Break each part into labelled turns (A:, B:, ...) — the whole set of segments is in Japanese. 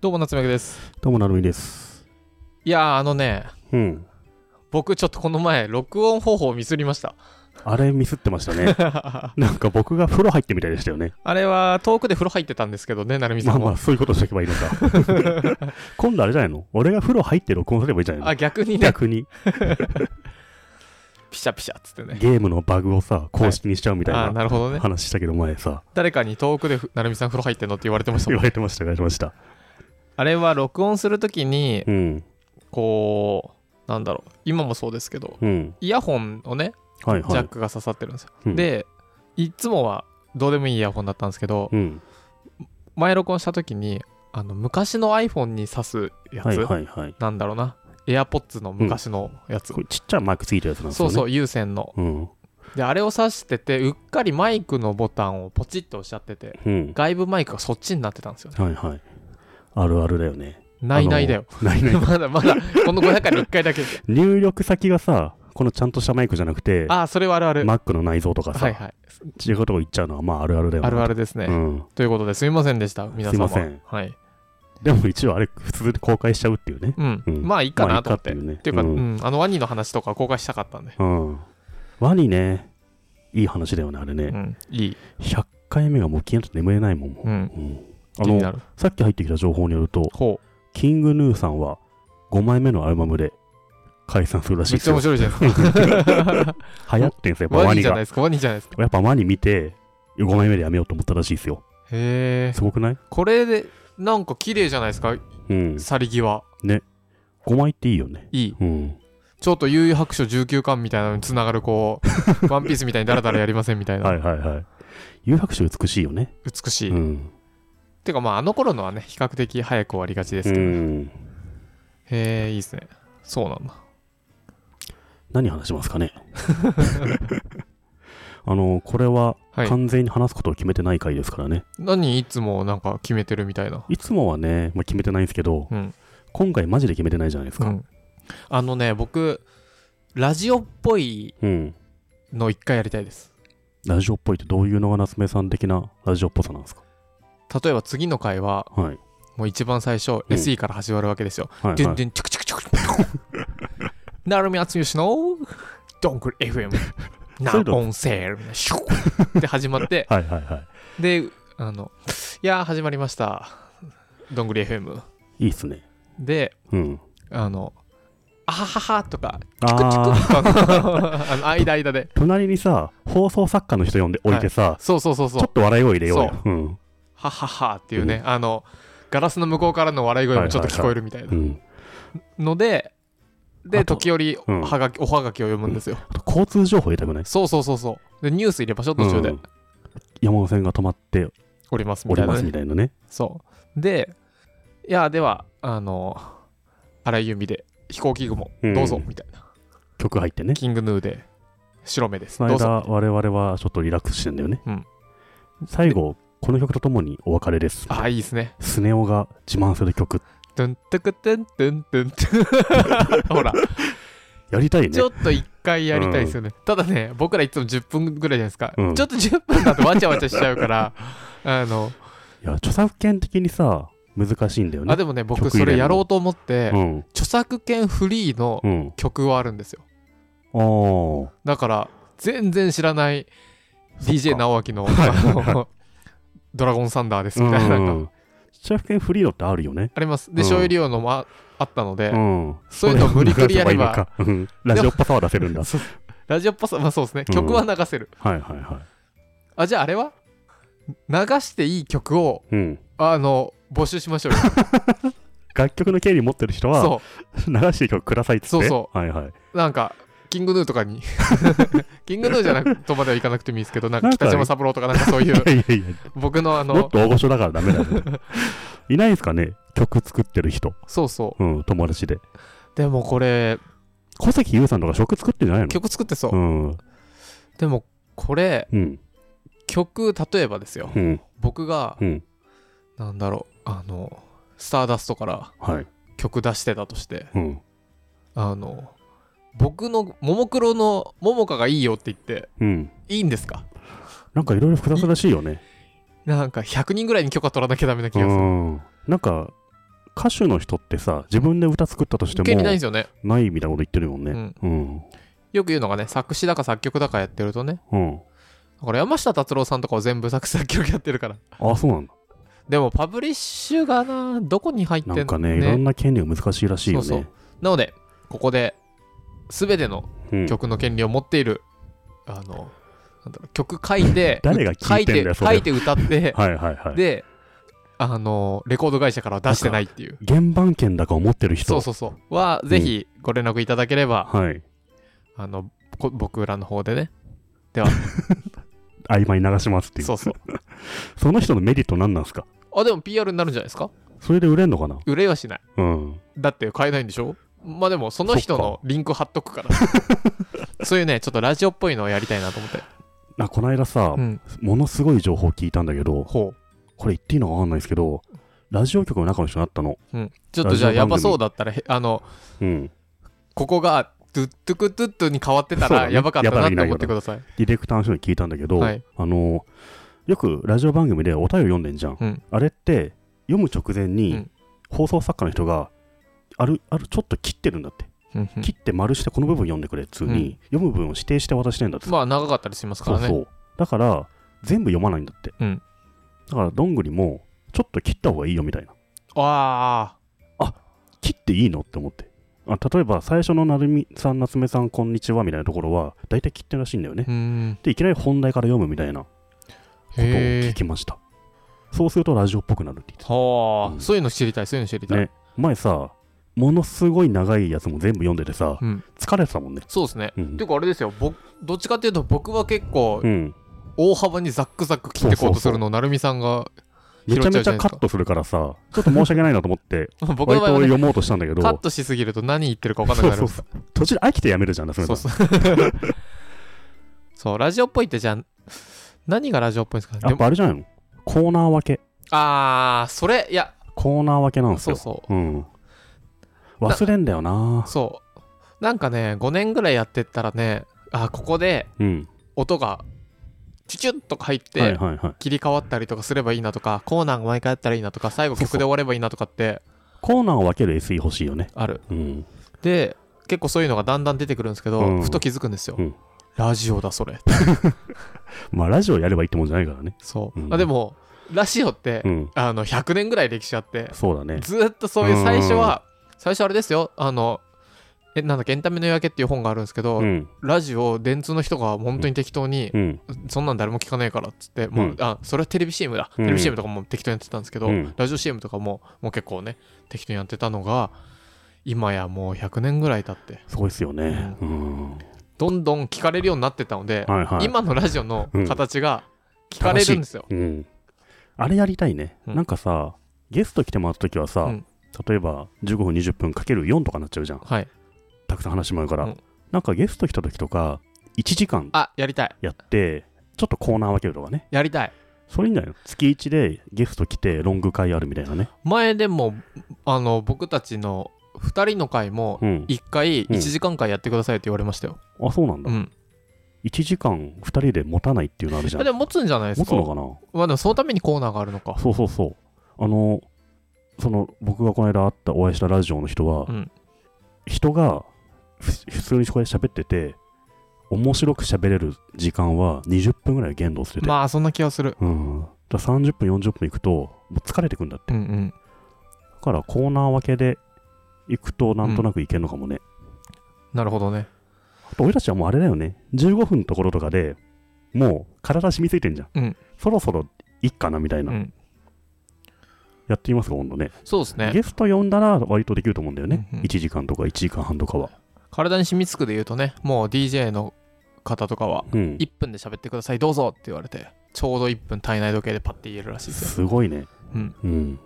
A: どうも夏目です
B: どうもなるみです。
A: いやーあのね
B: うん。
A: 僕ちょっとこの前録音方法をミスりました
B: あれミスってまし たね。なんか僕が風呂入ってみたいでしたよね。
A: あれは遠くで風呂入ってたんですけどね成美さ
B: まあ
A: んも、
B: まあ、そういうことしとけばいいのか。 今度あれじゃないの俺が風呂入って録音すればいいじゃない
A: あ逆に
B: の
A: ね
B: 逆に
A: ピシャピシャっつってね
B: ゲームのバグをさ、公式にしちゃうみた
A: あー
B: いな
A: なるほどね
B: 話したけど前さ、
A: 誰かに遠くでふ成美さん風呂入ってんのって言われてました
B: 言
A: もん
B: われてました、言われてました。
A: あれは録音するときに
B: うん。
A: こうなんだろう今もそうですけど
B: うん。
A: イヤホンをね
B: はい
A: ジ
B: は
A: ャッ
B: い。
A: クが刺さってるんですよ、
B: うん、
A: でいつもはどうでもいいイヤホンだったんですけど、
B: うん。
A: 前録音した時にあの昔の iPhone に挿すやつ、
B: はいはいはい。
A: なんだろうな AirPods の昔のやつ、
B: これちっちゃいマークついたやつなんです
A: そ
B: よ
A: う
B: ね。
A: そう有線の
B: う。うん。
A: であれを挿しててうっかりマイクのボタンをポチッと押しちゃってて
B: うん。
A: 外部マイクがそっちになってたんですよね
B: はいはい。あるあるだよね。
A: ないないだよ、
B: あの。ないない
A: まだまだこの500回に1回だ け
B: 入力先がさ、このちゃんとしたマイクじゃなくて、
A: ああそれはあるある、
B: Mac の内蔵とかさ、
A: はいはい
B: 違うとこ行っちゃうのはまああるあるだよね
A: あるあるですね、
B: うん、
A: ということですみませんでした皆様
B: すいません
A: はい
B: でも一応あれ普通で公開しちゃうっていうね、
A: うん、
B: うん
A: まあいいかなと思って、
B: まあいいかっ
A: って
B: ていうね
A: いうか、う
B: うん
A: んあのワニの話とか公開したかったんで、
B: うん、ワニねいい話だよねあれね、
A: うん、いい、
B: 100回目がもう気になって眠れないもんもう
A: うん、
B: うんあ
A: 気にな
B: の
A: る
B: さっき入ってきた情報によると
A: ほう
B: キングヌーさんは5枚目のアルバムで解散するらしい
A: めっ
B: で
A: ちゃ
B: すよ
A: 面白いじゃないですか
B: 流行ってんすよやっ ぱ
A: ワ
B: ワ
A: ニ
B: ニ
A: じゃ
B: が
A: ないですかワニじゃないですか
B: やっぱワニ見て5枚目でやめようと思ったらしいですよ
A: へえ
B: すごくない
A: これでなんか綺麗じゃないですか
B: うん
A: 去り際
B: 5枚っていいよね
A: いい
B: うん
A: ちょっと悠々白書19巻みたいなのにつながるこ うワンピースみたいにダラダラやりませんみたいな、
B: はいはいはい誘白書美しいよね
A: 美しい、
B: うん
A: てかまああの頃のはね比較的早く終わりがちです
B: う
A: けど、
B: ん
A: へえいいですねそうなんだ
B: 何話しま すかねあのこれは
A: はい
B: 完全に話すことを決めてない回ですからね、、
A: 何いつもなんか決めてるみたいない
B: つもはね、まあ、決めてないんですけど
A: うん
B: 今回マジで決めてないじゃないです
A: う
B: か
A: ん、あのね僕ラジオっぽい
B: うん、
A: の一回やりたいです
B: ラジオっぽいってどういうのが夏目さん的なラジオっぽさなんですか
A: 例えば次の回は
B: はい
A: もう一番最初、SE から始まるわけですよ
B: はい
A: ドゥ
B: は
A: ン
B: い
A: ドゥンチュクチュクチュクなるみあつよしのドングル FM ナオンセールみたいなシュッで始まって
B: はいはいは
A: であのいやー始まりましたドングル FM
B: いいいっすね
A: で
B: うん
A: あのあはははとかチクチク
B: ああ
A: とかあの間間で
B: 隣にさ放送作家の人呼んでおいてさ、
A: そうそうそうそう
B: ちょっと笑いを入れようようん、
A: はははっていうねあのガラスの向こうからの笑い声もちょっと聞こえるみたいな
B: うん、
A: ので
B: あ
A: で
B: と
A: 時折
B: うん
A: はがきおはがきを読むんですよ
B: あと交通情報入れたくない
A: そうそうそうそうでニュース入れましょう途中で
B: うん山手線が止まって
A: おりますみ
B: お
A: たい
B: り
A: な
B: ま
A: ね、
B: すみたいなね
A: そうでいやではあの荒井由実で飛行機雲どうぞ
B: うん
A: みたいな、
B: 曲入ってね
A: キングヌーで白目です
B: その
A: どう
B: 間
A: ぞ
B: 我々はちょっとリラックスしてんだよね、
A: うん
B: 最後この曲とともにお別れです
A: ああいいですね
B: スネ夫が自慢する曲
A: トゥントゥクトゥントゥントゥントゥン ほら
B: やりたいね
A: ちょっと一回やりたいですよね、ただね僕らいつも10分ぐらいじゃないですか、
B: うん
A: ちょっと10分だとわちゃわちゃしちゃうから あの
B: いや著作権的にさ難しいんだよね
A: あでもね僕
B: 曲
A: そ
B: 入れるの
A: れやろうと思って、
B: うん
A: 著作権フリーの
B: うん
A: 曲はあるんですよ
B: あー
A: だから全然知らない DJ 直明のあの ドラゴンサンダー」です
B: う
A: みたいな,、なんか
B: ん著作権フリーのってあるよね
A: あります
B: う
A: で
B: ん
A: 醤油利用のもああったので、
B: うん
A: そういうの無理くりやれば
B: それを流せばいいのかうんラジオっぽさは出せるんだ
A: そうラジオっぽさまあそうですね
B: うん
A: 曲は流せる、
B: はいはいは
A: あじゃああれは流していい曲を
B: い、うん、
A: あの募集しましょう よ
B: 楽曲の権利持ってる人は
A: そ
B: 流していい曲くださいっつって
A: そうそ
B: はいはいう
A: なんかキングヌーと かにキングヌーじゃなくとまではいかなくてもいいですけどなんか
B: なんか
A: 北島三郎とかなんかそう い
B: いうやいやいや
A: 僕のあ
B: もっ
A: の
B: と大御所だからダメ だよいないですかね曲作ってる人
A: そうそう
B: うん友達で
A: でもこれ
B: 小関裕さんとか曲作ってんじゃないの
A: 曲作ってそう、
B: うん
A: でもこれ
B: うん
A: 曲例えばですよ
B: うん
A: 僕が
B: うん
A: なんだろうあのスターダストから
B: はい
A: 曲出してたとして
B: うん
A: あの僕のももクロのももかがいいよって言って
B: うん
A: いいんですか
B: なんかいろいろ複雑らしいよね
A: なんか100人ぐらいに許可取らなきゃダメな気
B: う
A: がする
B: んなんか歌手の人ってさ、自分で歌作ったとして
A: 権利
B: も、
A: ないんで
B: な
A: すよね。
B: いみたいなこと言ってるもん
A: う
B: ね。
A: ん。
B: うん。
A: よく言うのがね、作詞だか作曲だかやってるとね。
B: うん。
A: だから山下達郎さんとかは全部作詞作曲やってるから。
B: あ、そうなんだ。
A: でもパブリッシュがな、どこに入ってんの
B: なんかね、いろんな権利が難しいらしいよね。
A: そうそうなので、ここで、すべての
B: うん、
A: 曲の権利を持っている、あの、なんだろう曲書いて
B: 誰が聞いてんだよ
A: 書い
B: そ
A: て書いて歌って、
B: はいはいはい。
A: で、あの、レコード会社からは出してないっていう。
B: 原版権だか思ってる人。
A: そうそうそう。は、ぜひご連絡いただければ、
B: はい。
A: あの、こ僕らの方でね。では、
B: 曖昧に流しますっていう。
A: そうそう。
B: その人のメリット何なんですか
A: あ、でも PR になるんじゃないですか
B: それで売れんのかな
A: 売れはしない。
B: うん。
A: だって買えないんでしょまあでも、その人
B: そ
A: のリンク貼っとくから。 そういうね、ちょっとラジオっぽいのをやりたいなと思って。
B: あこの間さ、
A: うん。
B: ものすごい情報聞いたんだけど、
A: ほ
B: これ言っていいのかわかんないですけど、ラジオ局の中の人になったの。
A: う。うん。ちょっとじゃあ、
B: ラジオ
A: や
B: 番組
A: ばそうだったら、へあの、
B: うん。
A: ここが、トゥットゥクトゥットゥに変わってた
B: そうだ
A: ら、
B: ね
A: やばかったなって
B: やばい
A: 思ってください。
B: ディレクターの人に聞いたんだけど、
A: はい
B: あのよくラジオ番組でお便り読んでんじゃん、
A: うん
B: あれって読む直前に、
A: うん
B: 放送作家の人があるあるちょっと切ってるんだって、
A: うんうん
B: 切って丸してこの部分読んでくれっつうに、読む部分を指定して渡してんだって、
A: まあ、長かったりしますか
B: そう
A: らね。
B: そうだから全部読まないんだって、
A: うん
B: だからどんぐりもちょっと切った方がいいよみたいな
A: あ
B: 切っていいのって思ってあ例えば最初の成美さん夏目さんこんにちはみたいなところは大体切ってるらしいんだよね
A: あ、うーん。
B: でいきなり本題から読むみたいなことを
A: へ
B: 聞
A: え。
B: きましたそうするとラジオっぽくなるって言って
A: はあ、
B: うん
A: そういうの知りたい、そういうの知りたい。
B: ねた前さものすごい長いやつも全部読んでてさ
A: うん。
B: 疲れてたもんね
A: そうですね。
B: うん
A: ていうかあれですよ僕どっちかっていうと僕は結構
B: うん
A: 大幅にザックザック切ってこうとするのを成美さんが
B: めちゃめち
A: 拾っちゃうじゃないで
B: ゃ
A: す
B: カ
A: か
B: ットするからさちょっと申し訳ないなと思って
A: 僕の場
B: 割と
A: 合は
B: 俺
A: ね、
B: 読もうとしたんだけど
A: カットしすぎると何言ってるか分かんなく
B: そ
A: な
B: う
A: る
B: そうそう途中で飽きてやめるじゃんねそれ
A: そうそう そうラジオっぽいってじゃあ何がラジオっぽいんですかね
B: や
A: で
B: っ
A: も
B: ぱあれじゃないのコーナー分け
A: あーそれいや
B: コーナー分けなんです
A: そう
B: よ
A: そう
B: うん忘れんだよな
A: そうなんかね5年ぐらいやってったらねあーここで
B: うん
A: 音がチュチュッとか入って、
B: はいはいはい
A: 切り替わったりとかすればいいなとかコーナーが毎回あったらいいなとか最後
B: そうそ
A: 曲
B: う
A: で終わればいいなとかって
B: コーナーを分ける SE 欲しいよね
A: ある
B: うん
A: で結構そういうのがだんだん出てくるんですけど、
B: うん
A: ふと気づくんですよ、
B: うん
A: ラジオだそれ
B: まあラジオやればいいってもんじゃないからね
A: そう、
B: うん
A: あでもラジオって、
B: うん
A: あの100年ぐらい歴史あって
B: そうだね
A: ずーっとそういう最初は、最初あれですよあのえなんだっけエンタメの夜明けっていう本があるんですけど、
B: うん
A: ラジオを電通の人が本当に適当に、
B: うん
A: そんなん誰も聞かねえからっつって、もう
B: うん
A: あそれはテレビ CM だ、
B: うん
A: テレビ CM とかも適当にやってたんですけど、
B: うん
A: ラジオ CM とかももう結構ね適当にやってたのが今やもう100年ぐらい経って
B: すごいっすよね。うん。
A: どんどん聞かれるようになってたので、
B: はいはい。
A: 今のラジオの形が聞かれるんですよ。
B: うん。あれやりたいね。
A: うん
B: なんかさ、ゲスト来てもらった時はさ、
A: うん
B: 例えば15分、20分かける4とかなっちゃうじゃん。
A: はい、
B: たくさん話もあるから。
A: うん
B: なんかゲスト来た時とか、1時間
A: あやりたい
B: やって、ちょっとコーナー分けるとかね。
A: やりたい
B: それいいんじゃないの月1でゲスト来てロング会あるみたいなね。
A: 前でもあの僕たちの2人の回も
B: うん。
A: 1回
B: うん
A: 1時間回やってくださいって言われましたよ。
B: あ、そうなん
A: う
B: だ。
A: ん、
B: 1時間2人で持たないっていうのあるじゃん。
A: でも持つんじゃないで
B: 持
A: す
B: つ
A: か。
B: のかな
A: まあでもそのためにコーナーがあるのか。
B: そうそうそう。あの、その、僕がこの間会った、お会いしたラジオの人は、
A: うん
B: 人がふ普通にそこで喋ってて、面白く喋れる時間は20分ぐらい限度してて、
A: まあそんな気がする。
B: うん。だから30分、40分いくと、もう疲れてくんだって。
A: うんうん、
B: だからコーナー分けで行くと、なんとなくいけるのかもね。
A: なるほどね。
B: あと俺たちはもうあれだよね、15分のところとかでもう体染みついてんじゃん。
A: うん
B: そろそろいっかなみたいうな。
A: ん、
B: やってみますか、今度ね。
A: そうですね。
B: ゲスト呼んだら割とできると思うんだよね、
A: うんうん
B: 1時間とか1時間半とかは、
A: 体に染みつくで言うとねもう DJ の方とかは
B: うん、
A: 1分で喋ってくださいどうぞって言われてちょうど1分体内時計でパッて言えるらしいですよ。
B: すごいね
A: うん、
B: うん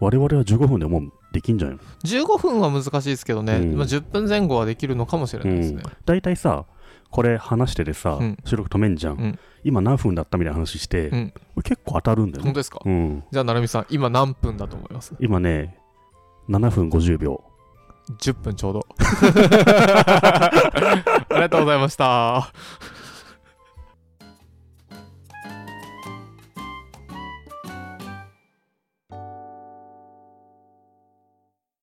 B: 我々は15分でもうできんじゃないの
A: 15分は難しいですけどね、
B: うん
A: まあ、10分前後はできるのかもしれないですね。
B: 大体さこれ話しててさ、
A: うん
B: 収録止めんじゃん、
A: うん
B: 今何分だったみたいな話して、
A: うん
B: これ結構当たるんだよ
A: 本
B: ね
A: 当ですか、
B: うん、
A: じゃあ、成美さん、今何分だと思います
B: 今ね7分50秒
A: ?10 分ちょうど。ありがとうございました。